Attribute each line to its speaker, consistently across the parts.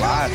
Speaker 1: life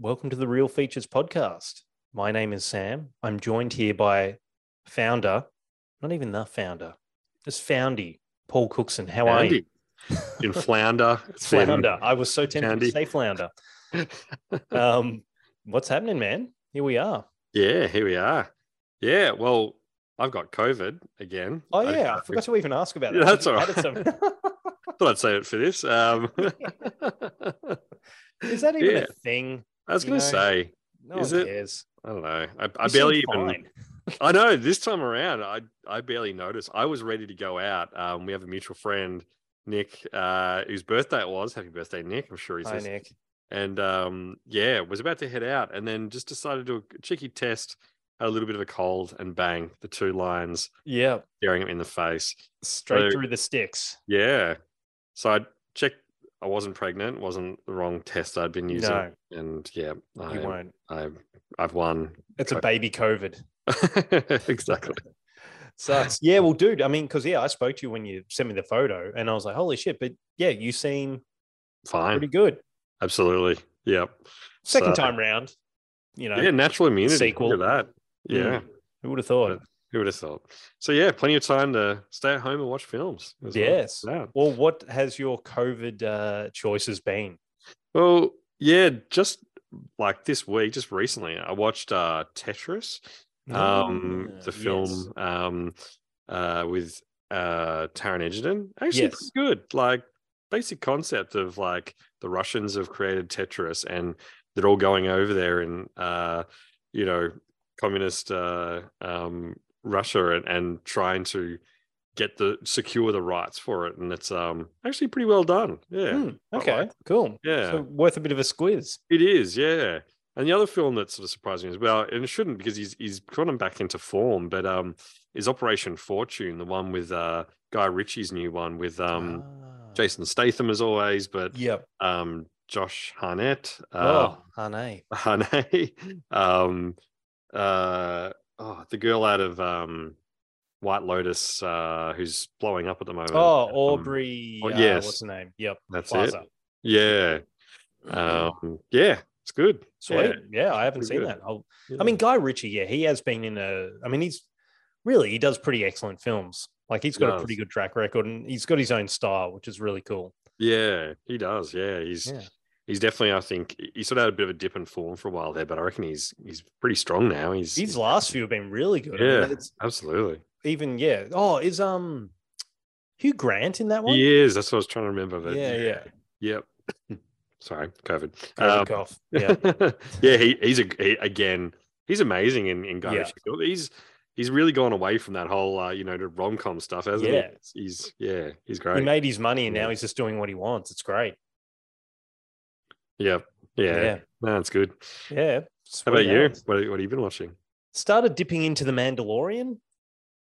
Speaker 2: Welcome to the Real Features Podcast. My name is Sam. I'm joined here by founder, not even the founder, just foundy, Paul Cookson. How are you?
Speaker 3: Andy. In Flounder. it's in-
Speaker 2: Flounder. I was so tempted
Speaker 3: Foundy.
Speaker 2: to say flounder. um, what's happening, man? Here we are.
Speaker 3: Yeah, here we are. Yeah, well, I've got COVID again.
Speaker 2: Oh,
Speaker 3: I-
Speaker 2: yeah. I
Speaker 3: I
Speaker 2: forgot to even ask about that.
Speaker 3: Yeah, that's all
Speaker 2: Added
Speaker 3: right. thought I'd say it for this. Um,
Speaker 2: Is that even
Speaker 3: Yeah.
Speaker 2: a thing?
Speaker 3: I was
Speaker 2: You
Speaker 3: going to
Speaker 2: know,
Speaker 3: say,
Speaker 2: No
Speaker 3: Is
Speaker 2: one
Speaker 3: it?
Speaker 2: cares.
Speaker 3: I don't know. I, I
Speaker 2: You seem
Speaker 3: barely even.
Speaker 2: fine.
Speaker 3: I know this time around, I I barely noticed. I was ready to go out. Um, we have a mutual friend, Nick, uh, whose birthday it was. Happy birthday, Nick! I'm sure he's
Speaker 2: Hi,
Speaker 3: listening.
Speaker 2: Nick.
Speaker 3: and um, yeah, was about to head out, and then just decided to do a cheeky test. Had a little bit of a cold, and bang, the two lines
Speaker 2: Yeah.
Speaker 3: staring him in the face.
Speaker 2: Straight
Speaker 3: So-
Speaker 2: through the sticks.
Speaker 3: Yeah. So I checked. I wasn't pregnant. wasn't the wrong test I'd been using.
Speaker 2: No,
Speaker 3: And yeah, I,
Speaker 2: you won't.
Speaker 3: I, I've won.
Speaker 2: It's a baby COVID.
Speaker 3: exactly.
Speaker 2: Sucks. Yeah, well, dude, I mean, because yeah, I spoke to you when you sent me the photo, and I was like, holy shit, but yeah, you seem pretty
Speaker 3: Fine.
Speaker 2: good.
Speaker 3: Absolutely. Yeah.
Speaker 2: Second
Speaker 3: So-
Speaker 2: time round, you know,
Speaker 3: Yeah. Natural immunity.
Speaker 2: Sequel.
Speaker 3: Look at that.
Speaker 2: Mm.
Speaker 3: Yeah.
Speaker 2: who would have thought?
Speaker 3: Who would have thought? So yeah, plenty of time to stay at home and watch films. as well.
Speaker 2: Yes.
Speaker 3: Yeah.
Speaker 2: Well, what has your COVID uh, choices been?
Speaker 3: Well, yeah, just like this week, just recently, I watched uh Tetris, um,
Speaker 2: Ah,
Speaker 3: the film
Speaker 2: yes.
Speaker 3: um uh with uh Taron Egerton. Actually
Speaker 2: Yes.
Speaker 3: pretty good. Like basic concept of like the Russians have created Tetris and they're all going over there and uh you know communist uh um Russia and, and trying to get the secure the rights for it and it's um actually pretty well done. Yeah.
Speaker 2: Hmm,
Speaker 3: quite
Speaker 2: okay,
Speaker 3: liked
Speaker 2: cool.
Speaker 3: Yeah.
Speaker 2: So worth a bit of a squeeze.
Speaker 3: It is, yeah. And the other film that sort of surprised me as well, and it shouldn't because he's he's gotten back into form, but um, is Operation Fortune the one with uh Guy Ritchie's new one with um
Speaker 2: Ah.
Speaker 3: Jason Statham as always, but
Speaker 2: Yep.
Speaker 3: um Josh Harnett, uh,
Speaker 2: Oh, honey.
Speaker 3: Harnett, um, uh, oh, the girl out of um White Lotus, uh, who's blowing up at the moment.
Speaker 2: Oh,
Speaker 3: um,
Speaker 2: Aubrey.
Speaker 3: oh,
Speaker 2: uh,
Speaker 3: yes.
Speaker 2: what's her name? Yep.
Speaker 3: That's it.
Speaker 2: Plaza.
Speaker 3: Yeah, um, yeah, it's good.
Speaker 2: Sweet. Yeah, I haven't
Speaker 3: pretty
Speaker 2: seen
Speaker 3: good.
Speaker 2: that. I'll,
Speaker 3: Yeah.
Speaker 2: I mean, Guy Ritchie, yeah, he has been in a. I mean, he's really he does pretty excellent films. Like he's got a
Speaker 3: Does.
Speaker 2: pretty good track record, and he's got his own style, which is really cool.
Speaker 3: Yeah, he does. Yeah, he's
Speaker 2: Yeah.
Speaker 3: he's definitely. I think he sort of had a bit of a dip in form for a while there, but I reckon he's he's pretty strong now. He's,
Speaker 2: These last few have been really good. I mean,
Speaker 3: Yeah,
Speaker 2: it's
Speaker 3: absolutely.
Speaker 2: even yeah. Oh, is um Hugh Grant in that one?
Speaker 3: He is. That's what I was trying to remember. But
Speaker 2: yeah, yeah.
Speaker 3: Yep. Sorry, COVID.
Speaker 2: COVID
Speaker 3: Um,
Speaker 2: cough. Yeah,
Speaker 3: yeah, he, he's a he, again. He's amazing in in Guy
Speaker 2: Yeah.
Speaker 3: Ritchie films. He's he's really gone away from that whole uh, you know the rom com stuff, hasn't
Speaker 2: Yeah.
Speaker 3: he? He's yeah, he's
Speaker 2: he
Speaker 3: great.
Speaker 2: made his money, and
Speaker 3: Yeah.
Speaker 2: now he's just doing what he wants. It's great.
Speaker 3: yep. Yeah.
Speaker 2: yeah.
Speaker 3: No, it's good.
Speaker 2: yeah.
Speaker 3: How about
Speaker 2: Sweet
Speaker 3: you?
Speaker 2: hours.
Speaker 3: What, what have you been watching?
Speaker 2: started dipping into the Mandalorian,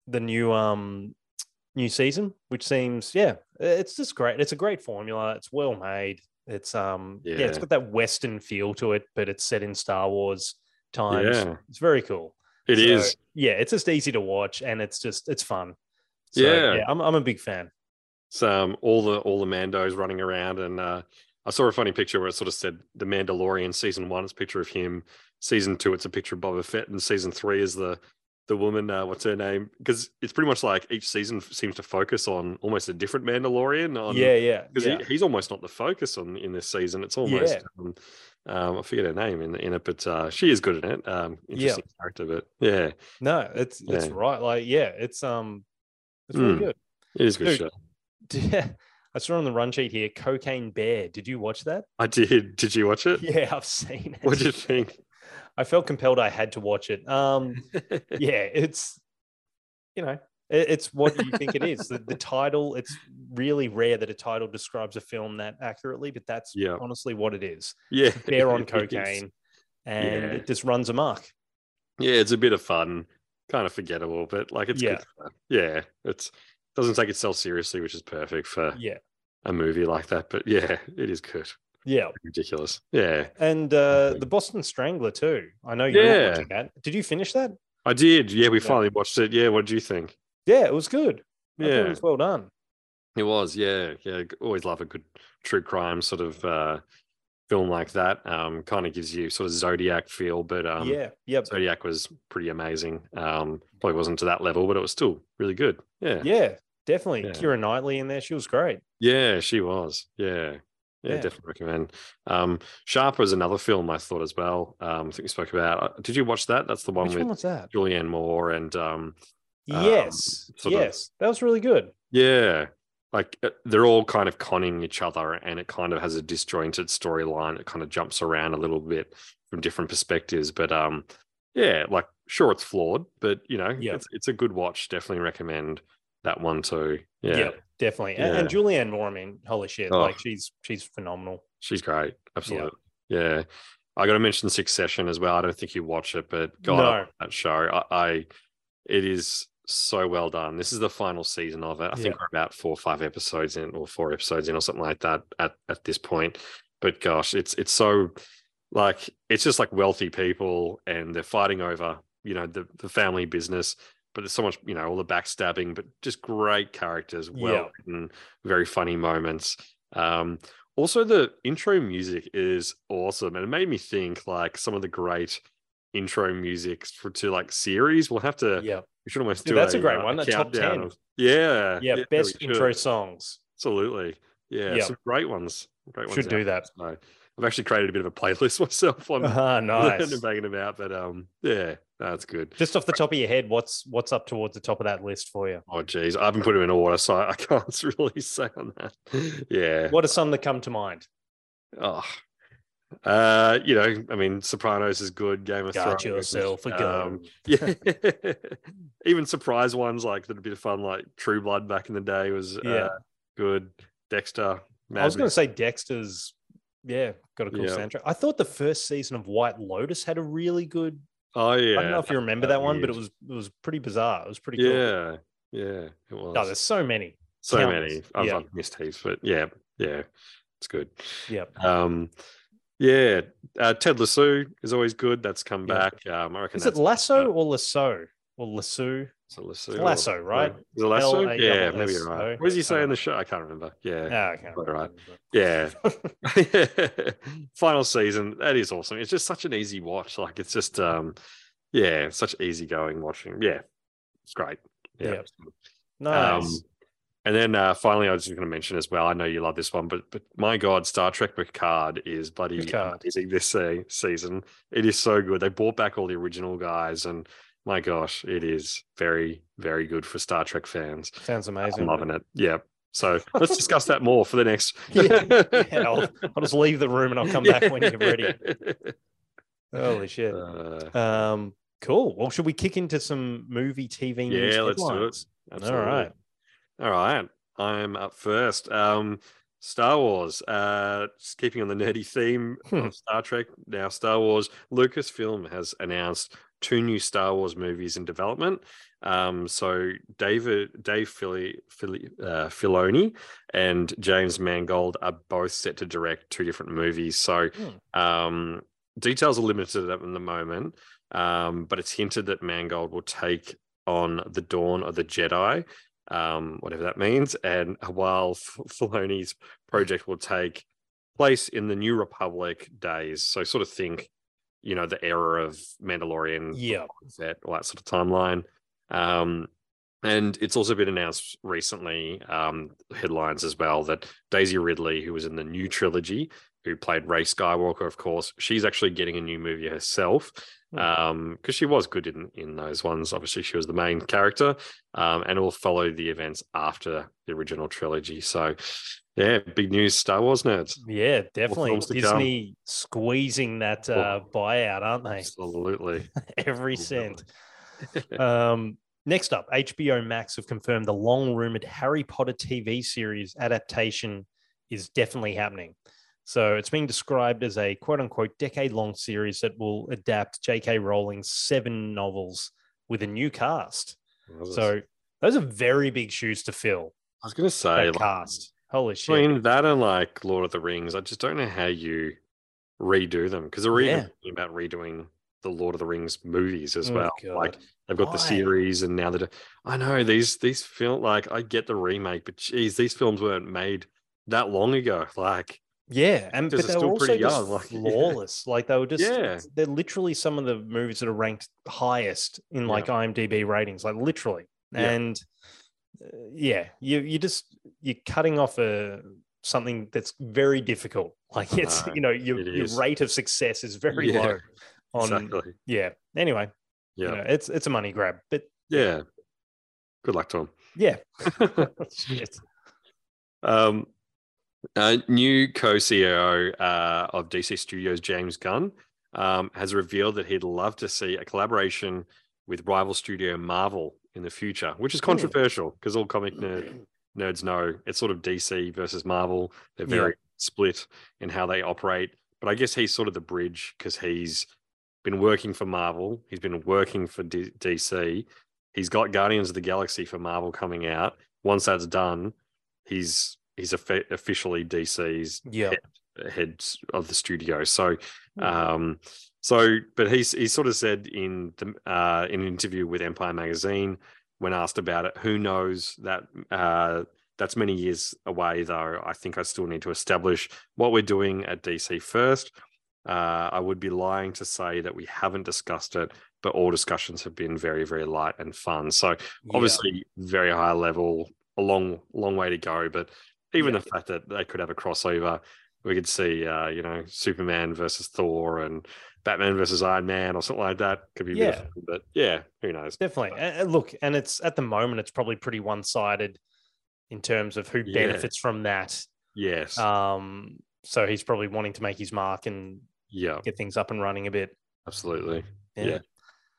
Speaker 2: the new um new season, which seems yeah, it's just great. It's a great formula. It's well made. It's um yeah, it's
Speaker 3: Yeah.
Speaker 2: got that western feel to it, but it's set in Star Wars times.
Speaker 3: Yeah.
Speaker 2: It's very cool.
Speaker 3: It
Speaker 2: So,
Speaker 3: is.
Speaker 2: Yeah, it's just easy to watch and it's just it's fun.
Speaker 3: Yeah.
Speaker 2: I'm I'm a big fan.
Speaker 3: some all the all the mandos running around and uh i saw a funny picture where it sort of said the mandalorian season one it's a picture of him season two it's a picture of boba fett and season three is the the woman uh what's her name because it's pretty much like each season f- seems to focus on almost a different mandalorian on
Speaker 2: yeah, yeah.
Speaker 3: because
Speaker 2: yeah.
Speaker 3: he, he's almost not the focus on in this season it's almost
Speaker 2: Yeah.
Speaker 3: um, um, i forget her name in, in it but uh she is good in it um interesting character but yeah
Speaker 2: no, it's it's
Speaker 3: Yeah.
Speaker 2: right. Like, yeah, it's um it's really
Speaker 3: Mm.
Speaker 2: good.
Speaker 3: it is a good
Speaker 2: Dude.
Speaker 3: show
Speaker 2: Yeah. I saw on the run sheet here, Cocaine Bear. Did you watch that?
Speaker 3: i did did you watch it
Speaker 2: Yeah, I've seen it.
Speaker 3: what did you think
Speaker 2: I felt compelled I had to watch it. Um, yeah, it's you know, it, it's what you think it is. The, the title, it's really rare that a title describes a film that accurately, but that's
Speaker 3: Yeah.
Speaker 2: honestly what it is.
Speaker 3: Yeah.
Speaker 2: They're on
Speaker 3: It is.
Speaker 2: cocaine, and
Speaker 3: Yeah.
Speaker 2: it just runs amok.
Speaker 3: Yeah, it's a bit of fun, kind of forgettable, but like it's
Speaker 2: Yeah.
Speaker 3: good fun. Yeah, it's doesn't take itself seriously, which is perfect for
Speaker 2: Yeah,
Speaker 3: a movie like that. But yeah, it is good,
Speaker 2: yeah,
Speaker 3: ridiculous. Yeah,
Speaker 2: and uh, the Boston Strangler too. I know you were
Speaker 3: Yeah.
Speaker 2: watching that. Did you finish that?
Speaker 3: I did. Yeah, we
Speaker 2: Yeah.
Speaker 3: finally watched it. Yeah, what do you think?
Speaker 2: Yeah, it was good. I thought
Speaker 3: Yeah.
Speaker 2: it was well done.
Speaker 3: It was, yeah, yeah. g- Always love a good true crime sort of uh, film like that. Um, kind of gives you sort of Zodiac feel, but um,
Speaker 2: yeah, yep.
Speaker 3: Zodiac was pretty amazing. Um, probably wasn't to that level, but it was still really good. Yeah, yeah,
Speaker 2: Yeah, definitely.
Speaker 3: Yeah.
Speaker 2: Kira Knightley in there. She was great.
Speaker 3: she was. Yeah.
Speaker 2: Yeah.
Speaker 3: yeah, definitely recommend. Um, Sharp was another film I thought as well. Um, I think we spoke about. uh, Did you watch that? That's the one
Speaker 2: Which
Speaker 3: with
Speaker 2: one was that?
Speaker 3: Julianne Moore and um, um,
Speaker 2: yes,
Speaker 3: sort of-
Speaker 2: yes. That was really good.
Speaker 3: Yeah. Like uh, they're all kind of conning each other and it kind of has a disjointed storyline. It kind of jumps around a little bit from different perspectives. But um yeah, like sure it's flawed, but you know,
Speaker 2: Yeah.
Speaker 3: it's it's a good watch. Definitely recommend that one too. Yeah.
Speaker 2: Yep, definitely. And, and Julianne Moore, I mean, holy shit,
Speaker 3: Oh.
Speaker 2: like she's she's phenomenal.
Speaker 3: She's great. Absolutely. Yeah. I gotta mention Succession as well. I don't think you watch it, but God I
Speaker 2: No.
Speaker 3: love that show. I, I it is so well done. This is the final season of it. I think we're about four or five episodes in or four episodes in or something like that at, at this point. But gosh, it's it's so like it's just like wealthy people and they're fighting over, you know, the, the family business. But there's so much, you know, all the backstabbing, but just great characters, well
Speaker 2: Yeah.
Speaker 3: written, very funny moments. Um, also, the intro music is awesome, and it made me think like some of the great intro music for to like series. We'll have to.
Speaker 2: Yeah,
Speaker 3: We should almost
Speaker 2: Yeah,
Speaker 3: do.
Speaker 2: that's a great
Speaker 3: uh,
Speaker 2: one, a top
Speaker 3: countdown
Speaker 2: 10.
Speaker 3: Of, yeah,
Speaker 2: yeah.
Speaker 3: we
Speaker 2: best
Speaker 3: should.
Speaker 2: intro songs.
Speaker 3: Absolutely. Yeah,
Speaker 2: Yeah.
Speaker 3: some great ones. Great ones.
Speaker 2: Should do that.
Speaker 3: So, I've actually created a bit of a playlist myself on
Speaker 2: Ah, nice.
Speaker 3: banging about, but um, yeah, that's good.
Speaker 2: Just off the top of your head, what's what's up towards the top of that list for you?
Speaker 3: Oh, geez, I haven't put them in order, so I can't really say on that. Yeah.
Speaker 2: What are some that come to mind?
Speaker 3: Oh, uh, you know, I mean, Sopranos is good. Game of
Speaker 2: Got
Speaker 3: Thrones,
Speaker 2: yourself a
Speaker 3: um,
Speaker 2: gun.
Speaker 3: yeah, even surprise ones like that. A bit of fun, like True Blood back in the day was
Speaker 2: Yeah.
Speaker 3: uh, good. Dexter. Mad
Speaker 2: I was going
Speaker 3: Men.
Speaker 2: to say Dexter's. Yeah, got a cool
Speaker 3: Yeah.
Speaker 2: soundtrack. I thought the first season of White Lotus had a really good.
Speaker 3: Oh yeah.
Speaker 2: I don't know if you remember
Speaker 3: that
Speaker 2: that one, but it
Speaker 3: weird.
Speaker 2: was it was pretty bizarre. It was pretty cool.
Speaker 3: yeah, yeah. It was
Speaker 2: No, there's so many.
Speaker 3: so
Speaker 2: countless.
Speaker 3: many. I've,
Speaker 2: Yeah.
Speaker 3: I've missed heaps, but yeah, yeah, it's good.
Speaker 2: Yep.
Speaker 3: Um, yeah, uh, Ted Lasso is always good. That's come
Speaker 2: Yeah.
Speaker 3: back. Um, I reckon
Speaker 2: Is it
Speaker 3: that's
Speaker 2: Lasso or Lasso or Lasso?
Speaker 3: So lasso,
Speaker 2: It's
Speaker 3: or-
Speaker 2: lasso,
Speaker 3: or-
Speaker 2: right?
Speaker 3: Is it lasso?
Speaker 2: L-A-S-S-O.
Speaker 3: yeah, maybe you're right. What does he say in the show? I can't remember. Yeah,
Speaker 2: Ah, okay.
Speaker 3: quite right. Uh, yeah. Final season. That is awesome. It's just such an easy watch. Like it's just, um, yeah, such easygoing watching. Yeah, it's great. Yeah.
Speaker 2: Nice.
Speaker 3: Um, and then uh, finally, I was just going to mention as well. I know you love this one, but but my God, Star Trek Picard is bloody
Speaker 2: Picard.
Speaker 3: amazing this se- season. It is so good. They brought back all the original guys, and my gosh, it is very very good for Star Trek fans.
Speaker 2: Sounds amazing.
Speaker 3: I'm loving it. Yeah. So let's discuss that more for the next.
Speaker 2: Yeah. Yeah, I'll, I'll just leave the room and I'll come back when you're ready. Holy shit.
Speaker 3: Uh,
Speaker 2: Um, cool. Well, should we kick into some movie, TV news?
Speaker 3: yeah, let's do it.
Speaker 2: headlines?
Speaker 3: Absolutely.
Speaker 2: All right.
Speaker 3: All right. I'm up first. Um, Star Wars. Uh, just keeping on the nerdy theme
Speaker 2: Hmm.
Speaker 3: of Star Trek, now Star Wars. Lucasfilm has announced two new Star Wars movies in development. Um, so David, Dave Fili, Fili, uh, Filoni and James Mangold are both set to direct two different movies. So um, details are limited at the moment, um, but it's hinted that Mangold will take on the Dawn of the Jedi, um, whatever that means, and while F- Filoni's project will take place in the New Republic days. So sort of think, you know, the era of Mandalorian,
Speaker 2: Yeah.
Speaker 3: that all that sort of timeline. Um, and it's also been announced recently, um, headlines as well, that Daisy Ridley, who was in the new trilogy, who played Ray Skywalker, of course, she's actually getting a new movie herself
Speaker 2: Hmm.
Speaker 3: because she was good in, in those ones. Obviously, she was the main character um, and will follow the events after the original trilogy. So, yeah, big news, Star Wars nerds.
Speaker 2: Yeah, definitely.
Speaker 3: films to come.
Speaker 2: Disney squeezing that uh, buyout, aren't they?
Speaker 3: Absolutely.
Speaker 2: Every
Speaker 3: Absolutely.
Speaker 2: cent. Um, Next up, HBO Max have confirmed the long rumored Harry Potter TV series adaptation is definitely happening. So it's being described as a quote unquote decade long series that will adapt J.K. Rowling's seven novels with a new cast.
Speaker 3: Love it.
Speaker 2: So those are very big shoes to fill.
Speaker 3: I was gonna
Speaker 2: That
Speaker 3: say, like,
Speaker 2: cast. Holy shit.
Speaker 3: between that and like Lord of the Rings, I just don't know how you redo them because they're even
Speaker 2: Yeah.
Speaker 3: thinking about redoing the Lord of the Rings movies as
Speaker 2: Oh,
Speaker 3: well.
Speaker 2: God.
Speaker 3: Like they've got
Speaker 2: Why?
Speaker 3: the series, and now that I know these these film like I get the remake, but geez, these films weren't made that long ago. Like
Speaker 2: Yeah, and but
Speaker 3: Because
Speaker 2: they
Speaker 3: it's
Speaker 2: were
Speaker 3: still
Speaker 2: also
Speaker 3: pretty
Speaker 2: just
Speaker 3: young, like, yeah.
Speaker 2: flawless. Like they were just
Speaker 3: Yeah.
Speaker 2: they're literally some of the movies that are ranked highest in
Speaker 3: Yeah.
Speaker 2: like IMDb ratings, like literally.
Speaker 3: Yeah.
Speaker 2: And uh, yeah, you you just you're cutting off a something that's very difficult. Like it's
Speaker 3: know,
Speaker 2: you know your,
Speaker 3: it
Speaker 2: your
Speaker 3: is.
Speaker 2: rate of success is very
Speaker 3: Yeah,
Speaker 2: low. On
Speaker 3: exactly,
Speaker 2: yeah. Anyway, you
Speaker 3: yeah,
Speaker 2: know, it's it's a money grab, but
Speaker 3: yeah. Good luck, Tom.
Speaker 2: yeah, Shit.
Speaker 3: Um, uh, new co-CEO uh, of DC Studios, James Gunn, um, has revealed that he'd love to see a collaboration with rival studio Marvel in the future, which is controversial because all comic nerd, nerds know it's sort of DC versus Marvel. They're
Speaker 2: Yeah.
Speaker 3: very split in how they operate. But I guess he's sort of the bridge because he's been working for Marvel. He's been working for D- DC. He's got Guardians of the Galaxy for Marvel coming out. Once that's done, he's he's offi- officially DC's
Speaker 2: yeah,
Speaker 3: head of the studio. So, um, so but he's he sort of said in the uh, in an interview with Empire magazine when asked about it, who knows that uh, that's many years away though. I think I still need to establish what we're doing at DC first. Uh, I would be lying to say that we haven't discussed it, but all discussions have been very, very light and fun. So
Speaker 2: yeah.
Speaker 3: obviously very high level a long long way to go but even
Speaker 2: Yeah.
Speaker 3: the fact that they could have a crossover we could see uh you know superman versus thor and batman versus iron man or something like that could be
Speaker 2: Yeah.
Speaker 3: beautiful but yeah who knows
Speaker 2: Definitely.
Speaker 3: Uh,
Speaker 2: And, and look, and it's at the moment, it's probably pretty one sided in terms of who
Speaker 3: Yeah.
Speaker 2: benefits from that.
Speaker 3: yes
Speaker 2: Um, so he's probably wanting to make his mark and
Speaker 3: yeah
Speaker 2: get things up and running a bit.
Speaker 3: absolutely Yeah.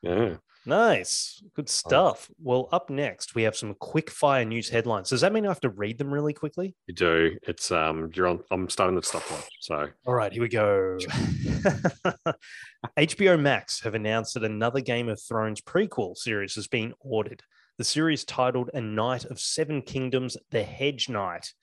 Speaker 3: yeah
Speaker 2: Nice. Good stuff. Well, up next, we have some quick fire news headlines. Does that mean I have to read them really quickly?
Speaker 3: you do it's um you're on i'm starting the stopwatch so
Speaker 2: All right, here we go. HBO Max have announced that another Game of Thrones prequel series is being ordered. The series titled A Knight of Seven Kingdoms, The Hedge Knight.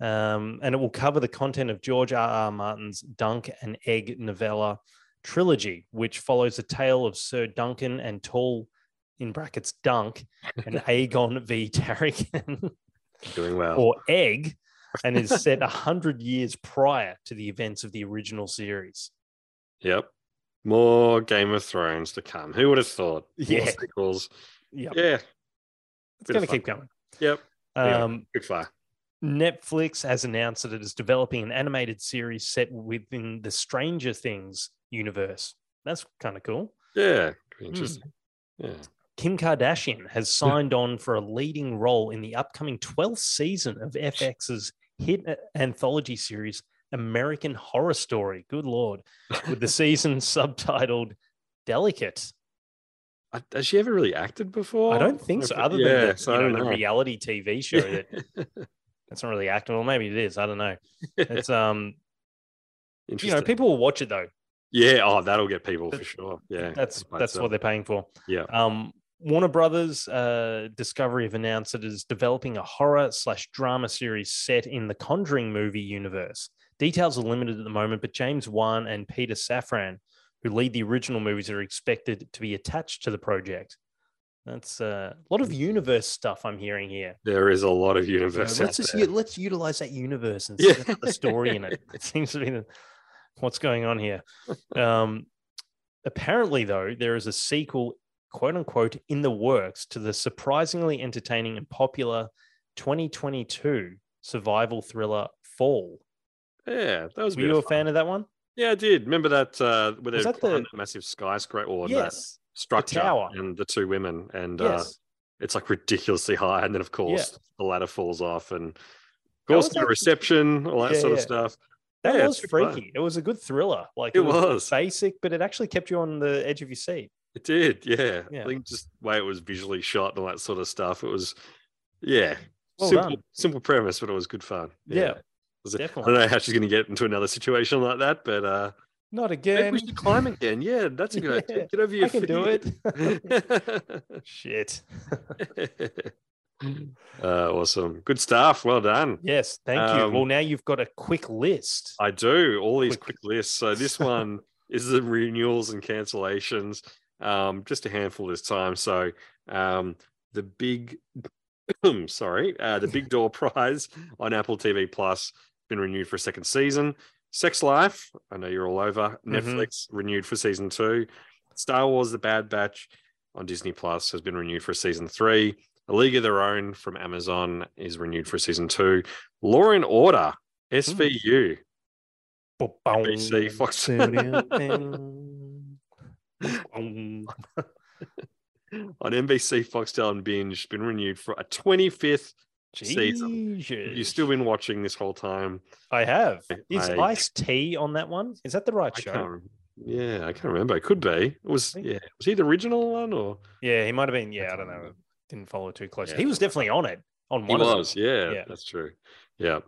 Speaker 2: Um, and it will cover the content of George R. R. Martin's Dunk and Egg novella trilogy, which follows the tale of Sir Duncan and Tall, in brackets, Dunk, and Aegon v. Tarragon
Speaker 3: doing well
Speaker 2: or egg and is set 100 years prior to the events of the original series
Speaker 3: yep more game of thrones to come who would have thought More
Speaker 2: Yeah.
Speaker 3: sequels
Speaker 2: yeah
Speaker 3: yeah
Speaker 2: it's
Speaker 3: bit
Speaker 2: going to
Speaker 3: of fun.
Speaker 2: keep going
Speaker 3: Yep. Anyway.
Speaker 2: um,
Speaker 3: good fire
Speaker 2: netflix has announced that it is developing an animated series set within the stranger things universe that's kind of cool
Speaker 3: yeah
Speaker 2: Hmm.
Speaker 3: interesting yeah
Speaker 2: kim kardashian has signed on for a leading role in the upcoming 12th season of fx's hit uh, anthology series american horror story good lord with the season subtitled delicate
Speaker 3: I- Has she ever really acted before?
Speaker 2: I don't think
Speaker 3: If-
Speaker 2: so. Other
Speaker 3: yeah,
Speaker 2: than the,
Speaker 3: so
Speaker 2: you
Speaker 3: I
Speaker 2: know,
Speaker 3: don't
Speaker 2: the
Speaker 3: know.
Speaker 2: reality TV show that that's not really active. Well, maybe it is. I don't know. It's um, you know,
Speaker 3: Interesting.
Speaker 2: people will watch it though.
Speaker 3: yeah, oh, that'll get people for
Speaker 2: That-
Speaker 3: sure. Yeah,
Speaker 2: That's
Speaker 3: by
Speaker 2: that's what
Speaker 3: itself.
Speaker 2: they're paying for.
Speaker 3: Yeah.
Speaker 2: Um, Warner Brothers uh, Discovery have announced it is developing a horror slash drama series set in the Conjuring movie universe. Details are limited at the moment, but James Wan and Peter Safran, who lead the original movies, are expected to be attached to the project. That's uh, a lot
Speaker 3: Hmm.
Speaker 2: of universe stuff I'm hearing here.
Speaker 3: There is a lot of
Speaker 2: you know,
Speaker 3: universe. out
Speaker 2: let's just
Speaker 3: there.
Speaker 2: u- let's utilize that universe and
Speaker 3: Yeah.
Speaker 2: set up the story in it. It seems to be the, what's going on here. Um, apparently, though, there is a sequel, quote unquote, in the works to the surprisingly entertaining and popular 2022 survival thriller Fall.
Speaker 3: yeah, that was.
Speaker 2: Were you a fan of that one?
Speaker 3: Yeah, I did. Remember that? Uh, where they
Speaker 2: Was that
Speaker 3: climbed that
Speaker 2: the-
Speaker 3: massive skyscraper or that
Speaker 2: yes.
Speaker 3: structure
Speaker 2: tower.
Speaker 3: and the two women, and uh,
Speaker 2: yes.
Speaker 3: it's like ridiculously high, and then of course the ladder falls off, and of
Speaker 2: That
Speaker 3: course
Speaker 2: was
Speaker 3: the
Speaker 2: actually-
Speaker 3: reception, all that
Speaker 2: Yeah,
Speaker 3: sort of
Speaker 2: yeah.
Speaker 3: stuff.
Speaker 2: That
Speaker 3: yeah,
Speaker 2: was
Speaker 3: it's good fun.
Speaker 2: freaky. It was a good thriller. Like
Speaker 3: It was.
Speaker 2: basic, but it actually kept you on the edge of your seat.
Speaker 3: It did, yeah.
Speaker 2: Yeah.
Speaker 3: I think just the way it was visually shot and all that sort of stuff. It was, yeah,
Speaker 2: Well
Speaker 3: simple,
Speaker 2: done.
Speaker 3: simple premise, but it was good fun.
Speaker 2: Yeah,
Speaker 3: It was a- I
Speaker 2: definitely.
Speaker 3: don't know how she's going to get into another situation like that, but uh,
Speaker 2: Not
Speaker 3: maybe
Speaker 2: again.
Speaker 3: we should climb again. Yeah, that's a good
Speaker 2: Yeah,
Speaker 3: idea. Get over your
Speaker 2: I can do
Speaker 3: fear.
Speaker 2: it. Shit.
Speaker 3: uh, awesome. Good stuff. Well done.
Speaker 2: Yes, thank you.
Speaker 3: Um,
Speaker 2: Well, now you've got a quick list.
Speaker 3: I do all these
Speaker 2: Quick.
Speaker 3: quick lists. So this one is the renewals and cancellations. Um, just a handful this time. So um, the big, sorry, uh, the Big Door Prize on Apple TV Plus been renewed for a second season. Sex Life, I know you're all over.
Speaker 2: Mhm.
Speaker 3: Netflix renewed for season two. Star Wars: The Bad Batch on Disney Plus has been renewed for season three. A League of Their Own from Amazon is renewed for season two. Law and Order, SVU, NBC, Fox.
Speaker 2: Boom.
Speaker 3: on NBC, Foxtel, and Binge, been renewed for a 25th. Season. You've
Speaker 2: Jesus.
Speaker 3: still been watching this whole time.
Speaker 2: I have. Is
Speaker 3: I-
Speaker 2: Ice T on that one? Is that the right
Speaker 3: I
Speaker 2: show?
Speaker 3: can't, rem- yeah, I can't remember. It could be. It was
Speaker 2: Think-
Speaker 3: yeah. Was he the original one or
Speaker 2: Yeah, he might have been. Yeah, I
Speaker 3: can't
Speaker 2: don't know.
Speaker 3: remember.
Speaker 2: Didn't follow too closely.
Speaker 3: Yeah.
Speaker 2: He was definitely on it. On
Speaker 3: he
Speaker 2: one of
Speaker 3: was?
Speaker 2: them.
Speaker 3: Yeah,
Speaker 2: Yeah.
Speaker 3: that's true. Yeah.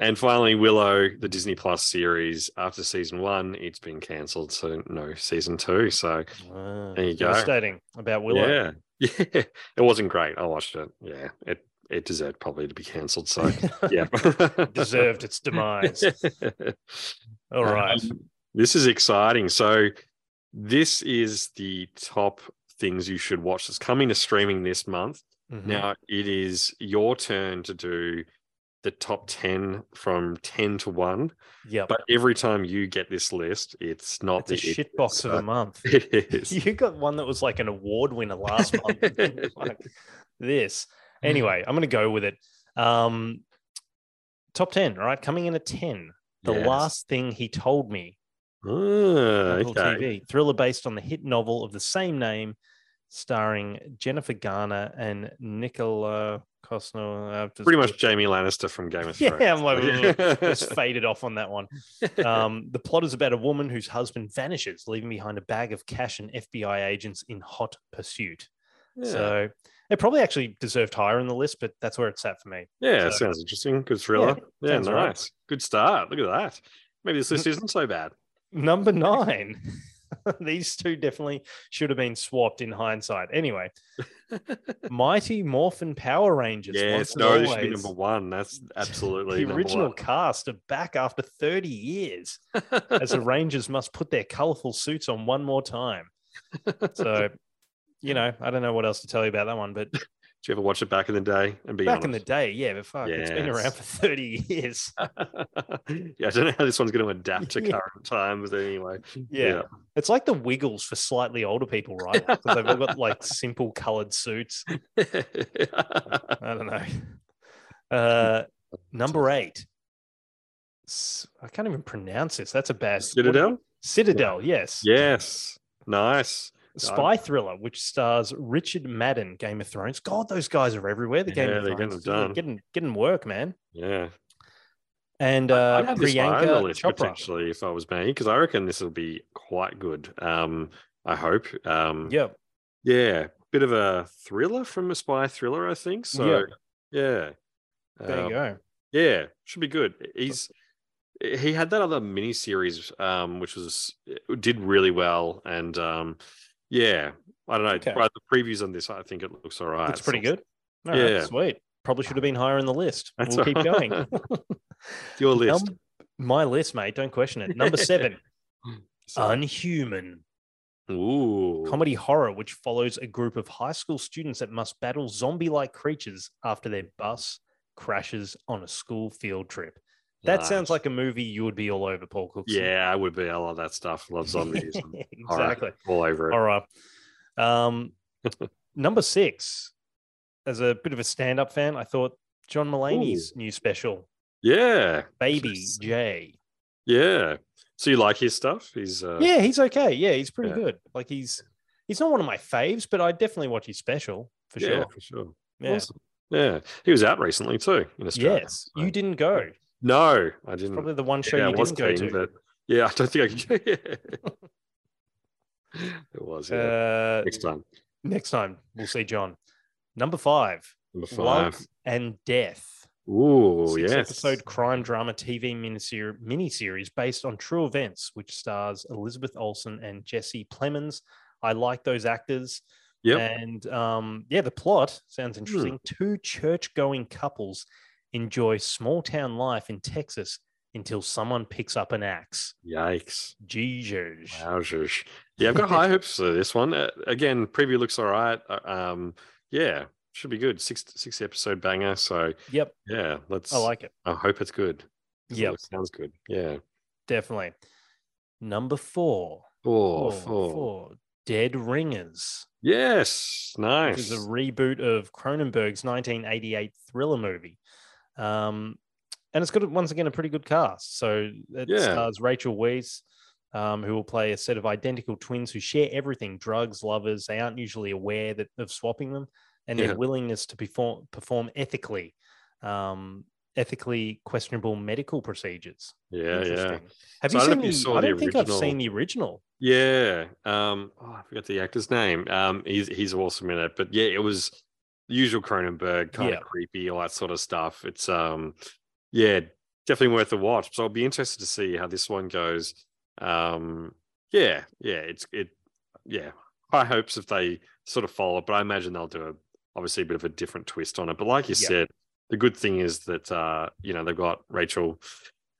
Speaker 3: And finally, Willow, the Disney Plus series. After season one, it's been cancelled, so no season two. So
Speaker 2: Wow,
Speaker 3: There you go.
Speaker 2: devastating about Willow.
Speaker 3: yeah, yeah, it wasn't great. I watched it. Yeah, it it deserved probably to be cancelled. So yeah,
Speaker 2: Deserved its demise. All
Speaker 3: Um,
Speaker 2: right.
Speaker 3: this is exciting. So, this is the top things you should watch that's coming to streaming this month.
Speaker 2: Mhm.
Speaker 3: Now, it is your turn to do the top 10 from 10 to 1.
Speaker 2: yep.
Speaker 3: But every time you get this list, it's not
Speaker 2: It's a
Speaker 3: the it
Speaker 2: shit box
Speaker 3: list,
Speaker 2: of a
Speaker 3: so
Speaker 2: month.
Speaker 3: It is.
Speaker 2: You got one that was like an award winner last month. Fuck this.
Speaker 3: Hmm.
Speaker 2: Anyway, I'm going to go with it. Um, top 10, right? Coming in at 10. The
Speaker 3: Yes.
Speaker 2: last thing he told me
Speaker 3: Ah,
Speaker 2: Apple
Speaker 3: okay.
Speaker 2: TV thriller based on the hit novel of the same name, starring Jennifer Garner and Nicola Costner. I've just-
Speaker 3: Pretty much Jamie Lannister from Game of Thrones.
Speaker 2: Yeah, I'm like, just faded off on that one. Um, the plot is about a woman whose husband vanishes, leaving behind a bag of cash and FBI agents in hot pursuit.
Speaker 3: Yeah.
Speaker 2: So it probably actually deserved higher in the list, but that's where it's at for me.
Speaker 3: Yeah,
Speaker 2: So-
Speaker 3: sounds interesting. Good thriller. Yeah,
Speaker 2: sounds
Speaker 3: nice.
Speaker 2: all right. Mm-hmm.
Speaker 3: Good start. Look at that. Maybe this list isn't so bad.
Speaker 2: Number nine. These two definitely should have been swapped in hindsight. Anyway, Mighty Morphin Power Rangers.
Speaker 3: yes,
Speaker 2: once and
Speaker 3: no, this should be
Speaker 2: always.
Speaker 3: number one. That's absolutely
Speaker 2: the
Speaker 3: number
Speaker 2: original
Speaker 3: one.
Speaker 2: cast are back after 30 years as the Rangers must put their colorful suits on one more time. So, you know, I don't know what else to tell you about that one, but
Speaker 3: Did you ever watch it back in the day? And be
Speaker 2: back in the day, yeah, but fuck, it's been around
Speaker 3: Yes.
Speaker 2: for 30 years.
Speaker 3: day. yeah, I don't know how this one's going to adapt to
Speaker 2: Yeah.
Speaker 3: current times. But anyway,
Speaker 2: Yeah. It's like the Wiggles for slightly older people, right? Because they've all got like simple colored suits.
Speaker 3: Yeah.
Speaker 2: I don't know. Uh, number eight. S- I can't even pronounce this. That's a bad
Speaker 3: Citadel.
Speaker 2: Citadel, yes.
Speaker 3: Yes, nice.
Speaker 2: spy thriller which stars Richard Madden, Game of Thrones. God, those guys are everywhere. The Game
Speaker 3: Yeah,
Speaker 2: of
Speaker 3: they're getting
Speaker 2: Thrones
Speaker 3: it done.
Speaker 2: getting getting work, man.
Speaker 3: Yeah,
Speaker 2: And
Speaker 3: I- I'd
Speaker 2: uh,
Speaker 3: have this high on the
Speaker 2: Priyanka
Speaker 3: list
Speaker 2: Chopra.
Speaker 3: potentially if I was me, because I reckon this will be quite good. Um, I hope. Um,
Speaker 2: Yeah,
Speaker 3: yeah, bit of a thriller from a spy thriller, I think. So yeah,
Speaker 2: there
Speaker 3: Um,
Speaker 2: you go.
Speaker 3: Yeah, should be good. He's he had that other mini series, um, which was it did really well, and um, yeah, I don't know.
Speaker 2: Okay.
Speaker 3: By the previews on this, I think it looks all right.
Speaker 2: That's pretty
Speaker 3: So-
Speaker 2: good. All right,
Speaker 3: yeah.
Speaker 2: sweet. Probably should have been higher in the list.
Speaker 3: That's
Speaker 2: we'll keep
Speaker 3: all
Speaker 2: going.
Speaker 3: right. Your list,
Speaker 2: Num- my list, mate. Don't question it. Number seven,
Speaker 3: So-
Speaker 2: Unhuman.
Speaker 3: ooh,
Speaker 2: comedy horror which follows a group of high school students that must battle zombie like creatures after their bus crashes on a school field trip. That sounds
Speaker 3: Nice.
Speaker 2: like a movie you would be all over, Paul Cookson.
Speaker 3: Yeah, I would be. I love that stuff. Love zombies, and horror,
Speaker 2: exactly.
Speaker 3: all over it.
Speaker 2: All right. Um, number six, as a bit of a stand up fan, I thought John Mullaney's new special,
Speaker 3: Yeah,
Speaker 2: Baby
Speaker 3: Yes.
Speaker 2: J.
Speaker 3: yeah. So you like his stuff? He's uh,
Speaker 2: Yeah, he's okay. Yeah, he's pretty
Speaker 3: yeah.
Speaker 2: good. Like he's he's not one of my faves, but I definitely watch his special for
Speaker 3: yeah,
Speaker 2: sure.
Speaker 3: for sure.
Speaker 2: Yeah.
Speaker 3: Awesome. Yeah, he was out recently too in Australia.
Speaker 2: Yes,
Speaker 3: so-
Speaker 2: you didn't go.
Speaker 3: No, I
Speaker 2: It's
Speaker 3: didn't.
Speaker 2: probably the one show
Speaker 3: Yeah, I
Speaker 2: you
Speaker 3: was
Speaker 2: didn't go
Speaker 3: keen,
Speaker 2: to.
Speaker 3: but yeah, I don't think I can. It was.
Speaker 2: Uh,
Speaker 3: Yeah. Next time.
Speaker 2: next time we'll see John. Number five,
Speaker 3: Number five.
Speaker 2: Love and Death.
Speaker 3: Ooh,
Speaker 2: Six
Speaker 3: yes.
Speaker 2: episode crime drama TV miniser- miniseries based on true events, which stars Elizabeth Olsen and Jesse Plemons. I like those actors.
Speaker 3: Yep.
Speaker 2: And um, yeah, the plot sounds interesting. Two church going couples enjoy small town life in Texas until someone picks up an axe.
Speaker 3: Yikes.
Speaker 2: Jesus.
Speaker 3: Wowzers. Yeah, I've got high hopes for this one. Uh, again, preview looks all right. Uh, Um, yeah, should be good. Six six episode banger. So
Speaker 2: Yep.
Speaker 3: yeah, let's.
Speaker 2: I like it.
Speaker 3: I hope it's good. That's what
Speaker 2: Yep.
Speaker 3: it Sounds good. Yeah.
Speaker 2: Definitely. Number four.
Speaker 3: Four,
Speaker 2: Four,
Speaker 3: four.
Speaker 2: four. Dead Ringers.
Speaker 3: Yes.
Speaker 2: which
Speaker 3: Nice.
Speaker 2: is a reboot of Cronenberg's 1988 thriller movie. Um, and it's got once again a pretty good cast. So it
Speaker 3: Yeah.
Speaker 2: stars Rachel Weisz, um, who will play a set of identical twins who share everything: drugs, lovers. They aren't usually aware that of swapping them, and
Speaker 3: Yeah.
Speaker 2: their willingness to perform perform ethically, um, ethically questionable medical procedures.
Speaker 3: yeah, yeah.
Speaker 2: Interesting. Have
Speaker 3: So
Speaker 2: you
Speaker 3: I don't
Speaker 2: seen
Speaker 3: know
Speaker 2: the?
Speaker 3: if you saw
Speaker 2: I
Speaker 3: the
Speaker 2: don't think I've seen the
Speaker 3: original.
Speaker 2: original.
Speaker 3: Yeah. Um, oh, I forgot the actor's name. Um, he's he's awesome in it. But yeah, it was usual Cronenberg, kind
Speaker 2: Yeah.
Speaker 3: of creepy, all that sort of stuff. It's um, yeah, definitely worth a watch. So I'll be interested to see how this one goes. Um, yeah, yeah, it's it, yeah, high hopes if they sort of follow it, but I imagine they'll do a obviously a bit of a different twist on it. But like you
Speaker 2: Yeah.
Speaker 3: said, the good thing is that uh, you know they've got Rachel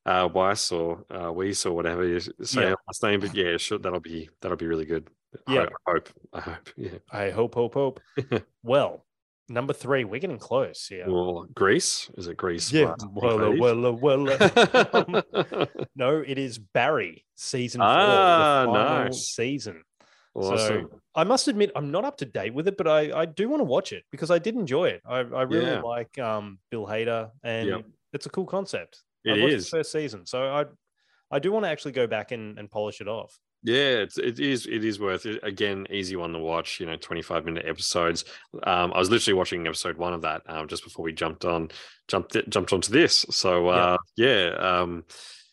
Speaker 3: uh, Weiss or uh, Weiss or whatever you say
Speaker 2: Yeah.
Speaker 3: her last name. But yeah, sure, that'll be that'll be really good. I
Speaker 2: Yeah.
Speaker 3: hope. I hope. Yeah.
Speaker 2: I hope, hope, hope. well, number three, we're getting close. Yeah.
Speaker 3: Well, Greece is it Greece?
Speaker 2: Yeah.
Speaker 3: Well,
Speaker 2: Well, well, well. uh, um, no, it is Barry season four,
Speaker 3: Ah,
Speaker 2: the final
Speaker 3: nice.
Speaker 2: season.
Speaker 3: awesome.
Speaker 2: I must admit, I'm not up to date with it, but I, I do want to watch it because I did enjoy it. I, I really
Speaker 3: Yeah.
Speaker 2: like um, Bill Hader, and
Speaker 3: Yep.
Speaker 2: it's a cool concept.
Speaker 3: It
Speaker 2: I watched
Speaker 3: is.
Speaker 2: the first season, so I I do want to actually go back and, and polish it off.
Speaker 3: Yeah, it's, it is. It is worth it. Again, easy one to watch. You know, twenty-five minute episodes. Um, I was literally watching episode one of that um, just before we jumped on, jumped jumped onto this. So uh, yeah, um,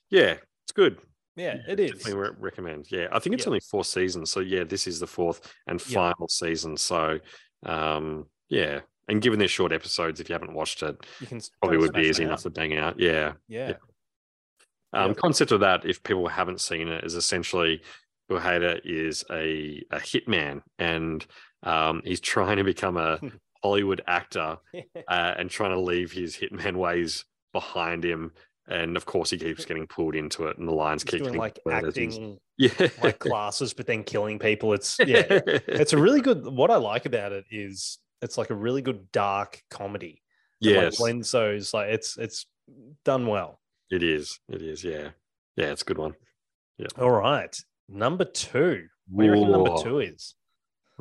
Speaker 3: yeah, it's good.
Speaker 2: Yeah,
Speaker 3: Yeah,
Speaker 2: it is.
Speaker 3: Definitely re- recommend. Yeah, I think it's
Speaker 2: Yeah.
Speaker 3: only four seasons. So yeah, this is the fourth and
Speaker 2: Yeah.
Speaker 3: final season. So um, yeah, and given they're short episodes, if you haven't watched it,
Speaker 2: You can s-
Speaker 3: probably
Speaker 2: go
Speaker 3: would be
Speaker 2: smash
Speaker 3: easy
Speaker 2: that
Speaker 3: enough
Speaker 2: out.
Speaker 3: to bang out. Yeah.
Speaker 2: Yeah,
Speaker 3: Um,
Speaker 2: Yeah.
Speaker 3: Concept of that, if people haven't seen it, is essentially Bill Hader is a, a hitman and um, he's trying to become a
Speaker 2: Hmm.
Speaker 3: Hollywood actor uh, and trying to leave his hitman ways behind him. And of course, he keeps getting pulled into it, and the lines
Speaker 2: He's
Speaker 3: keep
Speaker 2: doing
Speaker 3: getting
Speaker 2: like
Speaker 3: blurred as he's-
Speaker 2: acting
Speaker 3: Yeah,
Speaker 2: like classes, but then killing people. It's yeah, it's a really good what i like about it is it's like a really good dark comedy It,
Speaker 3: yes,
Speaker 2: like blends those like it's it's done well
Speaker 3: it is. It is. Yeah, yeah, it's a good one.
Speaker 2: all right number two what do you reckon number
Speaker 3: Whoa.
Speaker 2: two is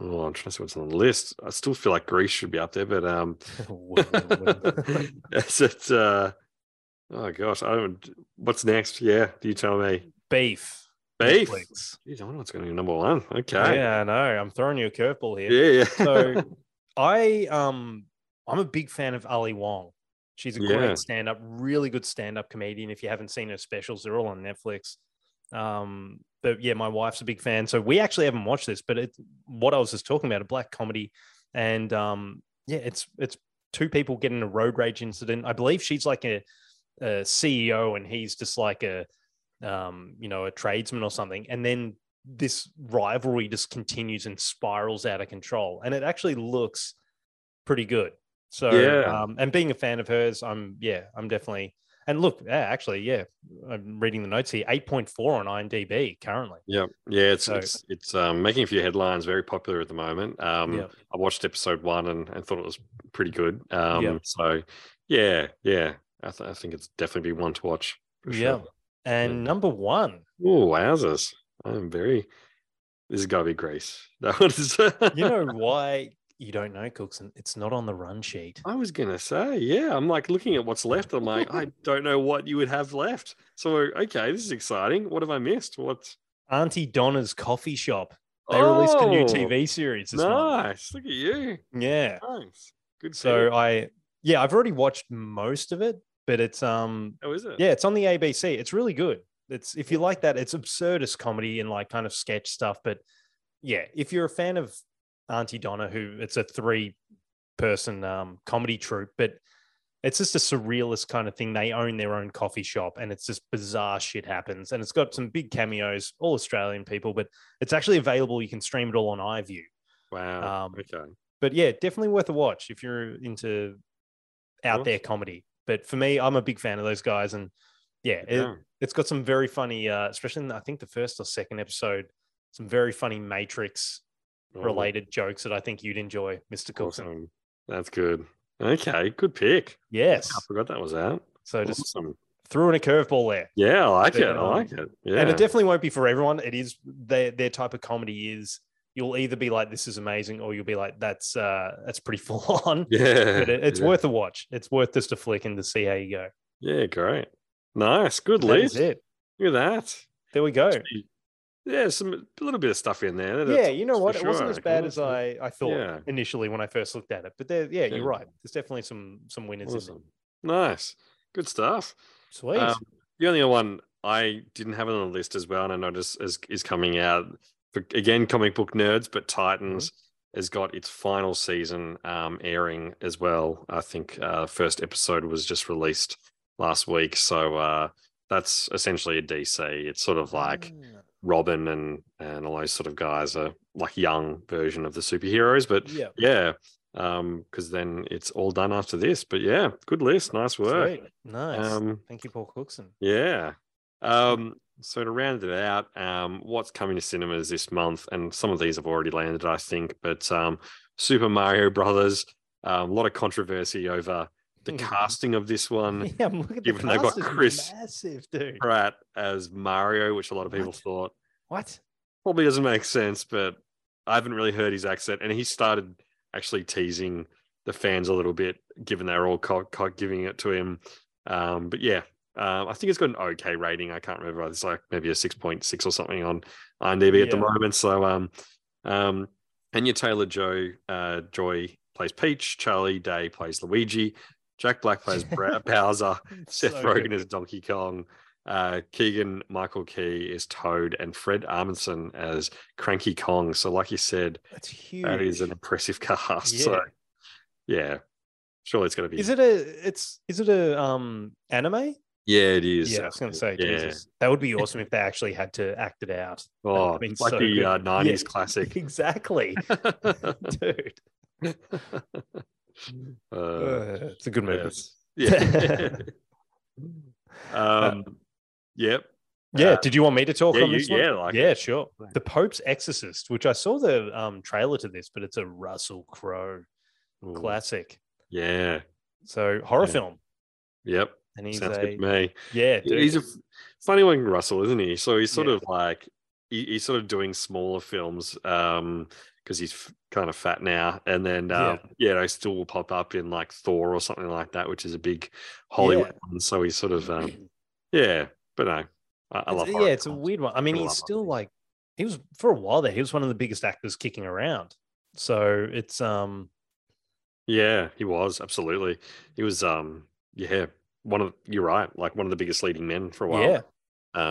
Speaker 3: Oh, I'm trying to see what's on the list. I still feel like Greece should be up there, but um, is it? Uh, oh gosh, I don't. What's next? Yeah, do you tell me?
Speaker 2: beef
Speaker 3: Beef.
Speaker 2: Netflix.
Speaker 3: Jeez, I wonder what's going to be number one. Okay.
Speaker 2: yeah i know i'm throwing you a curveball here
Speaker 3: yeah.
Speaker 2: so i um i'm a big fan of ali wong she's a
Speaker 3: Yeah.
Speaker 2: great stand-up really good stand-up comedian if you haven't seen her specials they're all on netflix um but yeah my wife's a big fan so we actually haven't watched this but it's what i was just talking about a black comedy and um yeah it's it's two people get in a road rage incident i believe she's like a, a ceo and he's just like a um you know a tradesman or something and then this rivalry just continues and spirals out of control and it actually looks pretty good so
Speaker 3: Yeah.
Speaker 2: um and being a fan of hers i'm yeah i'm definitely and look yeah, actually yeah i'm reading the notes here 8.4 on imdb currently
Speaker 3: Yeah, yeah, it's
Speaker 2: So-
Speaker 3: it's it's um, making a few headlines. Very popular at the moment. Um,
Speaker 2: Yep.
Speaker 3: I watched episode one and, and thought it was pretty good. Um,
Speaker 2: Yep.
Speaker 3: so yeah, yeah, I, th- I think it's definitely be one to watch. for sure.
Speaker 2: yeah and
Speaker 3: Yeah.
Speaker 2: number one
Speaker 3: Oh, wowzers. I'm very. This has got to be Grace. That one is.
Speaker 2: you know why you don't know cookson it's not on the run sheet
Speaker 3: I was going to say, yeah. I'm like looking at what's left. I'm like, I don't know what you would have left. So, okay, this is exciting. What have I missed? What's.
Speaker 2: auntie donna's coffee shop they released a new
Speaker 3: Oh,
Speaker 2: tv series this month.
Speaker 3: Nice. Look at you.
Speaker 2: yeah
Speaker 3: Nice. Good.
Speaker 2: So
Speaker 3: So,
Speaker 2: I yeah, I've already watched most of it, but it's um
Speaker 3: how oh, is it?
Speaker 2: yeah, it's on the ABC. It's really good. It's if you like that, it's absurdist comedy and like kind of sketch stuff, but yeah, if you're a fan of Auntie Donna, who it's a three person um, comedy troupe, but it's just a surrealist kind of thing. They own their own coffee shop and it's just bizarre shit happens. And it's got some big cameos, all Australian people, but it's actually available. You can stream it all on iView.
Speaker 3: Wow.
Speaker 2: Um,
Speaker 3: okay.
Speaker 2: But yeah, definitely worth a watch if you're into out
Speaker 3: Cool.
Speaker 2: there comedy. But for me, I'm a big fan of those guys. And yeah, it,
Speaker 3: Yeah.
Speaker 2: it's got some very funny, uh, especially in, I think the first or second episode, some very funny Matrix
Speaker 3: Oh,
Speaker 2: related jokes that I think you'd enjoy, Mr. Cookson.
Speaker 3: Awesome. That's good. Okay. Good pick.
Speaker 2: Yes.
Speaker 3: I forgot that was out.
Speaker 2: So just
Speaker 3: Awesome.
Speaker 2: threw in a curveball there.
Speaker 3: Yeah, I like
Speaker 2: But,
Speaker 3: it. I
Speaker 2: um,
Speaker 3: like it. Yeah.
Speaker 2: And it definitely won't be for everyone. It is their their type of comedy is you'll either be like, this is amazing, or you'll be like, that's uh that's pretty full on.
Speaker 3: yeah.
Speaker 2: But it, it's
Speaker 3: yeah.
Speaker 2: worth a watch. It's worth just a flick and to see how you go.
Speaker 3: Yeah, great. Nice. Good
Speaker 2: That is
Speaker 3: list.
Speaker 2: it.
Speaker 3: Look at that.
Speaker 2: There we go.
Speaker 3: Yeah, some a little bit of stuff in there.
Speaker 2: yeah,
Speaker 3: That's-
Speaker 2: you know
Speaker 3: for
Speaker 2: what? It wasn't
Speaker 3: sure.
Speaker 2: as bad
Speaker 3: Good.
Speaker 2: as I, I thought
Speaker 3: Yeah.
Speaker 2: initially when I first looked at it. But there, yeah,
Speaker 3: Yeah.
Speaker 2: you're right. There's definitely some some winners in it.
Speaker 3: Awesome. Nice. Good stuff.
Speaker 2: Sweet.
Speaker 3: Um, the only other one I didn't have it on the list as well, and I noticed is is coming out for, again, comic book nerds, but Titans
Speaker 2: Mm-hmm.
Speaker 3: has got its final season um, airing as well. I think uh, first episode was just released last week, so uh, that's essentially a DC. It's sort of like
Speaker 2: Mm.
Speaker 3: Robin and and all those sort of guys are like young version of the superheroes, but
Speaker 2: yeah.
Speaker 3: yeah, um, because then it's all done after this. But yeah, good list, nice work.
Speaker 2: Sweet. Nice.
Speaker 3: Um,
Speaker 2: Thank you, Paul Cookson.
Speaker 3: yeah. Um, so to round it out, um, what's coming to cinemas this month, and some of these have already landed, I think, but um, Super Mario Brothers, um, a lot of controversy over the
Speaker 2: Mm.
Speaker 3: casting of this one.
Speaker 2: Yeah, I'm looking at
Speaker 3: given
Speaker 2: the
Speaker 3: they've got
Speaker 2: cast is
Speaker 3: Chris
Speaker 2: Massive, dude.
Speaker 3: Pratt as Mario, which a lot of people
Speaker 2: What?
Speaker 3: thought
Speaker 2: What?
Speaker 3: probably doesn't make sense, but I haven't really heard his accent, and he started actually teasing the fans a little bit, given they were all co- co- giving it to him. Um, but yeah, um, I think it's got an okay rating. I can't remember. It's like maybe a six point six or something on IMDb at the
Speaker 2: Yeah.
Speaker 3: moment. So, um, um, Anya Taylor Joy uh, Joy plays Peach. Charlie Day plays Luigi. Jack Black plays Bra- Bowser. Seth
Speaker 2: So
Speaker 3: Rogen
Speaker 2: good.
Speaker 3: is Donkey Kong. Uh, Keegan Michael Key is Toad, and Fred Armisen as Cranky Kong. So, like you said,
Speaker 2: That's huge.
Speaker 3: that is an impressive cast.
Speaker 2: Yeah.
Speaker 3: So, yeah, surely it's going to be.
Speaker 2: Is it a it's is it a um anime?
Speaker 3: Yeah, it is.
Speaker 2: yeah, I was gonna say,
Speaker 3: Yeah.
Speaker 2: Jesus. That would be awesome if they actually had to act it out. That would've
Speaker 3: Oh,
Speaker 2: been
Speaker 3: like
Speaker 2: so
Speaker 3: the
Speaker 2: good.
Speaker 3: uh,
Speaker 2: Yeah,
Speaker 3: 90s classic.
Speaker 2: Exactly. Dude.
Speaker 3: Uh,
Speaker 2: Uh, it's a good movie.
Speaker 3: yes. Yeah. um, yep.
Speaker 2: Uh. Yeah.
Speaker 3: Uh,
Speaker 2: Did you want me to talk
Speaker 3: yeah,
Speaker 2: on
Speaker 3: you-
Speaker 2: this one?
Speaker 3: yeah, like-
Speaker 2: yeah, sure.
Speaker 3: Right.
Speaker 2: The Pope's Exorcist, which I saw the um, trailer to this, but it's a Russell Crowe
Speaker 3: Ooh,
Speaker 2: classic.
Speaker 3: Yeah.
Speaker 2: So horror
Speaker 3: Yeah.
Speaker 2: film,
Speaker 3: Yep.
Speaker 2: and he's
Speaker 3: Sounds
Speaker 2: a
Speaker 3: good to me.
Speaker 2: yeah, dude.
Speaker 3: He's a f- funny one, Russell, isn't he? So he's sort
Speaker 2: Yeah.
Speaker 3: of like he, he's sort of doing smaller films um because he's f- kind of fat now, and then
Speaker 2: Yeah.
Speaker 3: um, yeah, they still will pop up in like Thor or something like that, which is a big Hollywood
Speaker 2: Yeah.
Speaker 3: one. So he's sort of um yeah, but no, I, I
Speaker 2: It's-
Speaker 3: love
Speaker 2: yeah,
Speaker 3: horror
Speaker 2: it's a
Speaker 3: films.
Speaker 2: weird one. I mean,
Speaker 3: I love
Speaker 2: he's
Speaker 3: horror
Speaker 2: still
Speaker 3: films.
Speaker 2: like he was for a while there. He was one of the biggest actors kicking around. So it's um
Speaker 3: Yeah, he was absolutely. He was um yeah one of you're right like one of the biggest leading men for a while.
Speaker 2: yeah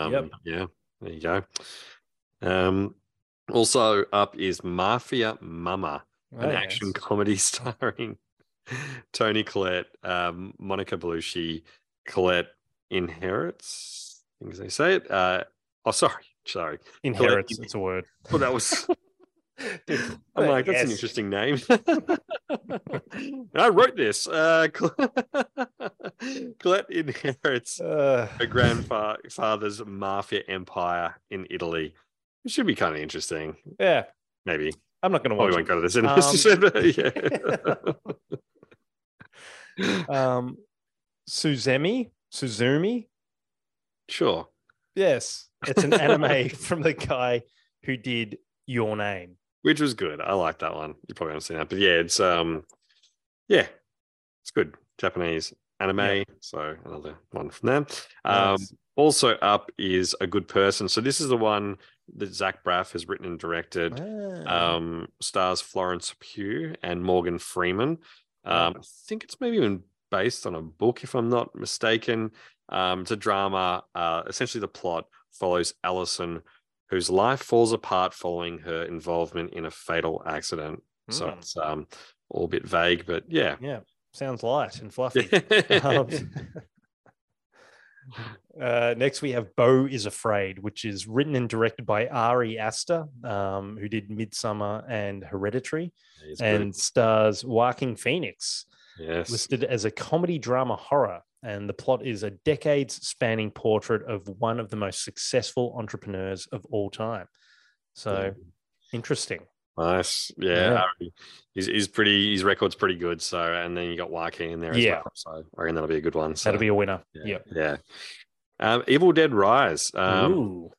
Speaker 3: Um,
Speaker 2: Yep.
Speaker 3: Yeah, there you go. Um, also up is Mafia Mama, an
Speaker 2: Oh, yeah,
Speaker 3: action
Speaker 2: it's-
Speaker 3: comedy starring Tony Collette, um, Monica Bellucci, Collette inherits. I think they say it. Uh, oh, sorry, sorry.
Speaker 2: inherits.
Speaker 3: Collective-
Speaker 2: It's a word.
Speaker 3: Well, that was.
Speaker 2: Dude,
Speaker 3: I'm like, that's an
Speaker 2: yes.
Speaker 3: interesting name. I wrote this. Uh, Colette inherits
Speaker 2: Uh,
Speaker 3: her grandfather's mafia empire in Italy. It should be kind of interesting,
Speaker 2: yeah,
Speaker 3: maybe.
Speaker 2: I'm not gonna
Speaker 3: Probably
Speaker 2: watch
Speaker 3: won't
Speaker 2: it.
Speaker 3: go to the cinemas
Speaker 2: Um,
Speaker 3: December. yeah.
Speaker 2: Um, Suzumi, Suzumi.
Speaker 3: sure.
Speaker 2: Yes, it's an anime from the guy who did Your Name.
Speaker 3: Which was good. I like that one. You probably haven't seen that, but yeah, it's um, yeah, it's good Japanese anime. So another one from them. Um,
Speaker 2: Nice.
Speaker 3: also up is a good person. So this is the one that Zach Braff has written and directed.
Speaker 2: Ah,
Speaker 3: um, stars Florence Pugh and Morgan Freeman. Um, I think it's maybe even based on a book, if I'm not mistaken. Um, it's a drama. Uh, essentially, the plot follows Allison, whose life falls apart following her involvement in a fatal accident. So
Speaker 2: Mm.
Speaker 3: it's um, all a bit vague, but yeah.
Speaker 2: Hmm. Yeah, sounds light and fluffy. Um,
Speaker 3: yeah.
Speaker 2: uh, next, we have Bo is Afraid, which is written and directed by Ari Aster, um, who did Midsummer and Hereditary,
Speaker 3: It's
Speaker 2: and stars Joaquin Phoenix,
Speaker 3: good. yes.
Speaker 2: listed as a comedy drama horror. And the plot is a decades spanning portrait of one of the most successful entrepreneurs of all time. So interesting.
Speaker 3: Mm-hmm. Nice. Yeah.
Speaker 2: Yeah.
Speaker 3: Ari. He's, he's pretty, his record's pretty good. So, and then you got Joaquin in there as
Speaker 2: Yeah.
Speaker 3: well. So I reckon that'll be a good one. So,
Speaker 2: That'll be a winner.
Speaker 3: yeah.
Speaker 2: Yeah.
Speaker 3: Yeah. Um, Evil Dead Rise. Um,
Speaker 2: Ooh.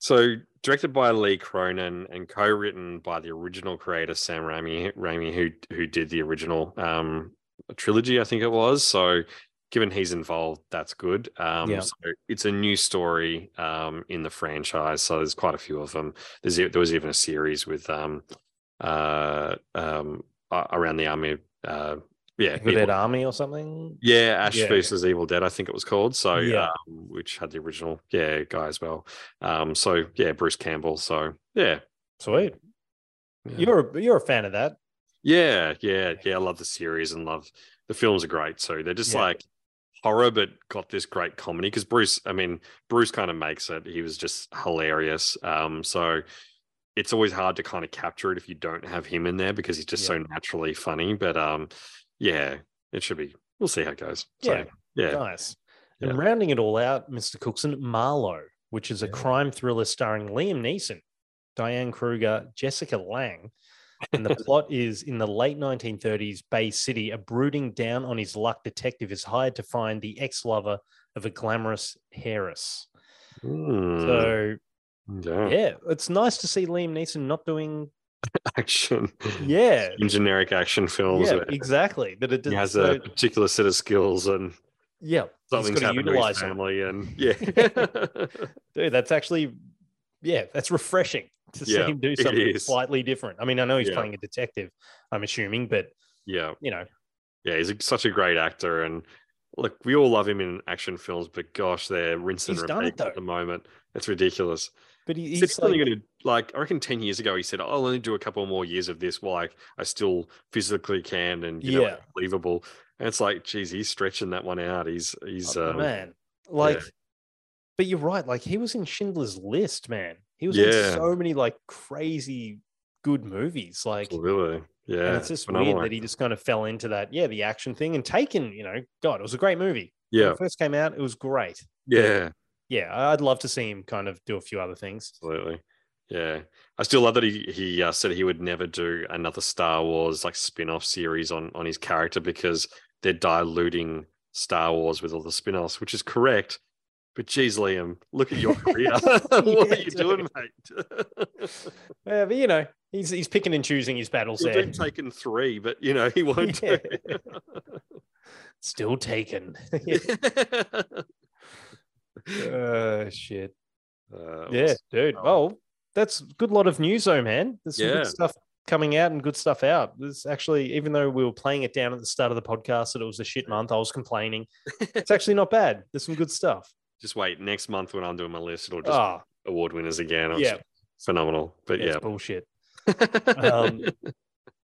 Speaker 3: So directed by Lee Cronin and co-written by the original creator Sam Raimi, Raimi who who did the original um, trilogy, I think it was. So given he's involved, that's good. Um,
Speaker 2: Yeah.
Speaker 3: so it's a new story um, in the franchise. So there's quite a few of them. There's e- there was even a series with um, uh, um, a- around the army. Uh, yeah,
Speaker 2: Evil
Speaker 3: Evil-
Speaker 2: Dead Army or something.
Speaker 3: yeah, Ash
Speaker 2: Yeah.
Speaker 3: versus Evil Dead, I think it was called. So,
Speaker 2: Yeah.
Speaker 3: um, which had the original, yeah, guy as well. Um, so yeah, Bruce Campbell. So yeah,
Speaker 2: Sweet.
Speaker 3: yeah,
Speaker 2: You're a, you're a fan of that.
Speaker 3: yeah, yeah, yeah. I love the series and love the films are great. So they're just
Speaker 2: Yeah.
Speaker 3: like horror, but got this great comedy because Bruce. I mean, Bruce kind of makes it. He was just hilarious. Um, so it's always hard to kind of capture it if you don't have him in there because he's just so naturally funny. But um, yeah, it should be. We'll see how it goes. So,
Speaker 2: Yeah.
Speaker 3: yeah.
Speaker 2: Nice. And
Speaker 3: Yeah.
Speaker 2: rounding it all out, Mr. Cookson, Marlowe, which is a crime thriller starring Liam Neeson, Diane Kruger, Jessica Lang. And the plot is in the late 1930s Bay City, a brooding down on his luck detective is hired to find the ex lover of a glamorous heiress.
Speaker 3: Mm, Hmm.
Speaker 2: So,
Speaker 3: yeah.
Speaker 2: yeah, it's nice to see Liam Neeson not doing,
Speaker 3: action.
Speaker 2: yeah,
Speaker 3: In generic action films.
Speaker 2: yeah
Speaker 3: where
Speaker 2: exactly. That it does,
Speaker 3: He has
Speaker 2: so-
Speaker 3: a particular set of skills and
Speaker 2: yeah, he's
Speaker 3: something's
Speaker 2: gotta
Speaker 3: happened to
Speaker 2: utilise
Speaker 3: his
Speaker 2: them.
Speaker 3: family. And yeah,
Speaker 2: Dude, that's actually, yeah, that's refreshing to see
Speaker 3: Yeah,
Speaker 2: him do
Speaker 3: it
Speaker 2: something
Speaker 3: is.
Speaker 2: slightly different. I mean, I know he's
Speaker 3: Yeah.
Speaker 2: playing a detective, I'm assuming, but
Speaker 3: yeah,
Speaker 2: you know,
Speaker 3: yeah. He's a, such a great actor. And look, we all love him in action films, but gosh, they're rinse and
Speaker 2: He's done it,
Speaker 3: repeat at
Speaker 2: though.
Speaker 3: the moment. It's ridiculous.
Speaker 2: but he,
Speaker 3: He's,
Speaker 2: he's
Speaker 3: only
Speaker 2: like,
Speaker 3: going to, like, I reckon 10 years ago, he said, I'll only do a couple more years of this while I, I still physically can and, you know,
Speaker 2: Yeah.
Speaker 3: believable. And it's like, geez, he's stretching that one out. He's, he's,
Speaker 2: oh,
Speaker 3: um,
Speaker 2: man, like, but you're right, like he was in Schindler's List, man. He was in
Speaker 3: Yeah.
Speaker 2: so many like crazy good movies, like.
Speaker 3: Absolutely. Yeah.
Speaker 2: And it's just
Speaker 3: phenomenal
Speaker 2: weird that he
Speaker 3: actor.
Speaker 2: just kind of fell into that, yeah, the action thing and taken, you know, God, it was a great movie. When
Speaker 3: Yeah.
Speaker 2: it first came out, it was great.
Speaker 3: Yeah.
Speaker 2: Yeah, I- I'd love to see him kind of do a few other things.
Speaker 3: Absolutely. Yeah. I still love that he, he uh, said he would never do another Star Wars like spin off series on, on his character because they're diluting Star Wars with all the spin offs, which is correct. But geez, Liam, look at your career. what
Speaker 2: Yeah,
Speaker 3: are you doing, mate?
Speaker 2: Yeah, but you know, he's he's picking and choosing his battles
Speaker 3: He'll
Speaker 2: there.
Speaker 3: do taken three, but you know, he won't
Speaker 2: Yeah.
Speaker 3: do it.
Speaker 2: Still taken. uh, shit.
Speaker 3: Uh,
Speaker 2: Yeah, dude.
Speaker 3: Oh.
Speaker 2: Well, that's a good lot of news, though, man. There's some
Speaker 3: Yeah.
Speaker 2: good stuff coming out and good stuff out. There's actually, even though we were playing it down at the start of the podcast that it was a shit month, I was complaining. It's actually not bad. There's some good stuff.
Speaker 3: Just wait. Next month when I'm doing my list, it'll just
Speaker 2: Ah,
Speaker 3: award winners again. It was
Speaker 2: yeah,
Speaker 3: phenomenal. But
Speaker 2: yeah, it's
Speaker 3: yeah,
Speaker 2: bullshit. um,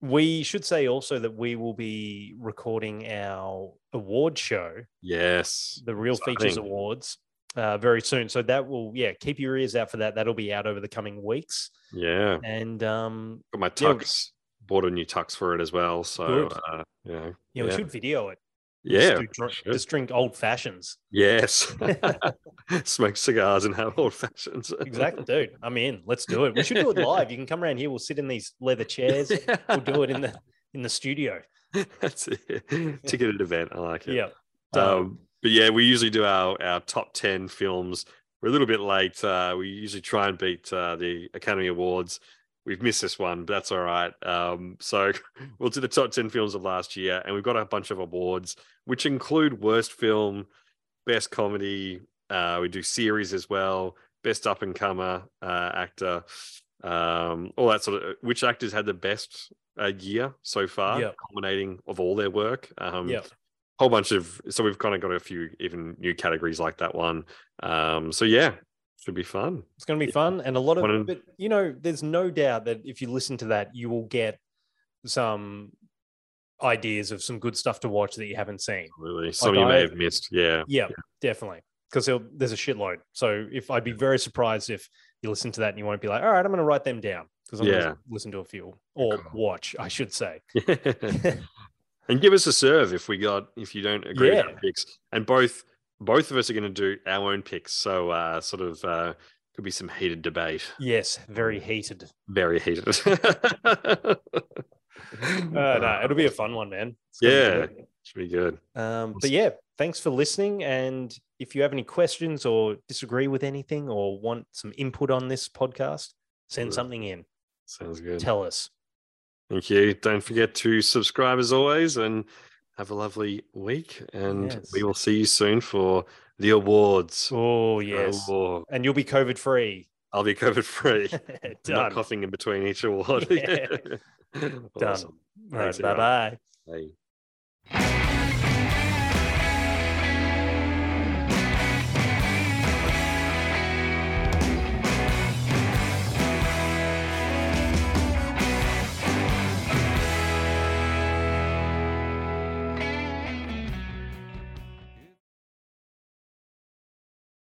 Speaker 2: we should say also that we will be recording our award show
Speaker 3: yes,
Speaker 2: the Real Features
Speaker 3: Exciting.
Speaker 2: Awards uh, very soon. So that will, yeah, keep your ears out for that. That'll be out over the coming weeks.
Speaker 3: yeah.
Speaker 2: And um,
Speaker 3: Got my
Speaker 2: Yeah, we-
Speaker 3: tux. Bought a new tux for it as well. So
Speaker 2: Good.
Speaker 3: uh, you know,
Speaker 2: yeah, we
Speaker 3: Yeah.
Speaker 2: should video it.
Speaker 3: yeah,
Speaker 2: just, do dr-
Speaker 3: sure.
Speaker 2: just drink old fashions.
Speaker 3: yes. Smoke cigars and have old fashions.
Speaker 2: Exactly, dude. I'm in. Let's do it. We should do it live. You can come around here. We'll sit in these leather chairs. We'll do it in the in the studio.
Speaker 3: That's it. Ticketed event. I like it.
Speaker 2: Yeah. So,
Speaker 3: Um, but yeah, we usually do our, our top 10 films. We're a little bit late. Uh, we usually try and beat uh, the Academy Awards. We've missed this one, but that's all right. Um, so we'll do the top 10 films of last year. And we've got a bunch of awards, which include worst film, best comedy. Uh, we do series as well, best up and comer uh, actor, um, all that sort of. Which actors had the best uh, year so far,
Speaker 2: Yeah.
Speaker 3: culminating of all their work? Um,
Speaker 2: yeah.
Speaker 3: whole bunch of so we've kind of got a few even new categories like that one um so yeah should be fun.
Speaker 2: It's going to be fun and a lot of,
Speaker 3: Wanna-
Speaker 2: but you know, there's no doubt that if you listen to that, you will get some ideas of some good stuff to watch that you haven't seen.
Speaker 3: Really, some you may
Speaker 2: I-
Speaker 3: have missed. Yeah,
Speaker 2: Yeah, definitely. Because there's a shitload. So if I'd be very surprised if you listen to that and you won't be like, all right, I'm going to write them down because I'm
Speaker 3: Yeah.
Speaker 2: going to listen to a few or watch, I should say.
Speaker 3: and give us a serve if we got if you don't agree with
Speaker 2: Yeah.
Speaker 3: our picks. And both both of us are going to do our own picks, so uh, sort of uh, could be some heated debate.
Speaker 2: Yes, very heated.
Speaker 3: Very heated.
Speaker 2: Uh, no, it'll be a fun one, man. It's gonna be
Speaker 3: Yeah.
Speaker 2: good.
Speaker 3: Should be good.
Speaker 2: Um, but yeah, thanks for listening. And if you have any questions or disagree with anything or want some input on this podcast, send
Speaker 3: Sure.
Speaker 2: something in.
Speaker 3: Sounds good.
Speaker 2: Tell us.
Speaker 3: Thank you. Don't forget to subscribe as always, and have a lovely week. And
Speaker 2: Yes.
Speaker 3: we will see you soon for the awards.
Speaker 2: Oh, yes.
Speaker 3: Award.
Speaker 2: And you'll be COVID free.
Speaker 3: I'll be COVID free. Not
Speaker 2: Done. All
Speaker 3: coughing in between each award.
Speaker 2: Yeah.
Speaker 3: Awesome.
Speaker 2: right,
Speaker 3: Thanks, everyone.
Speaker 2: bye bye.
Speaker 3: Bye.
Speaker 4: Bye.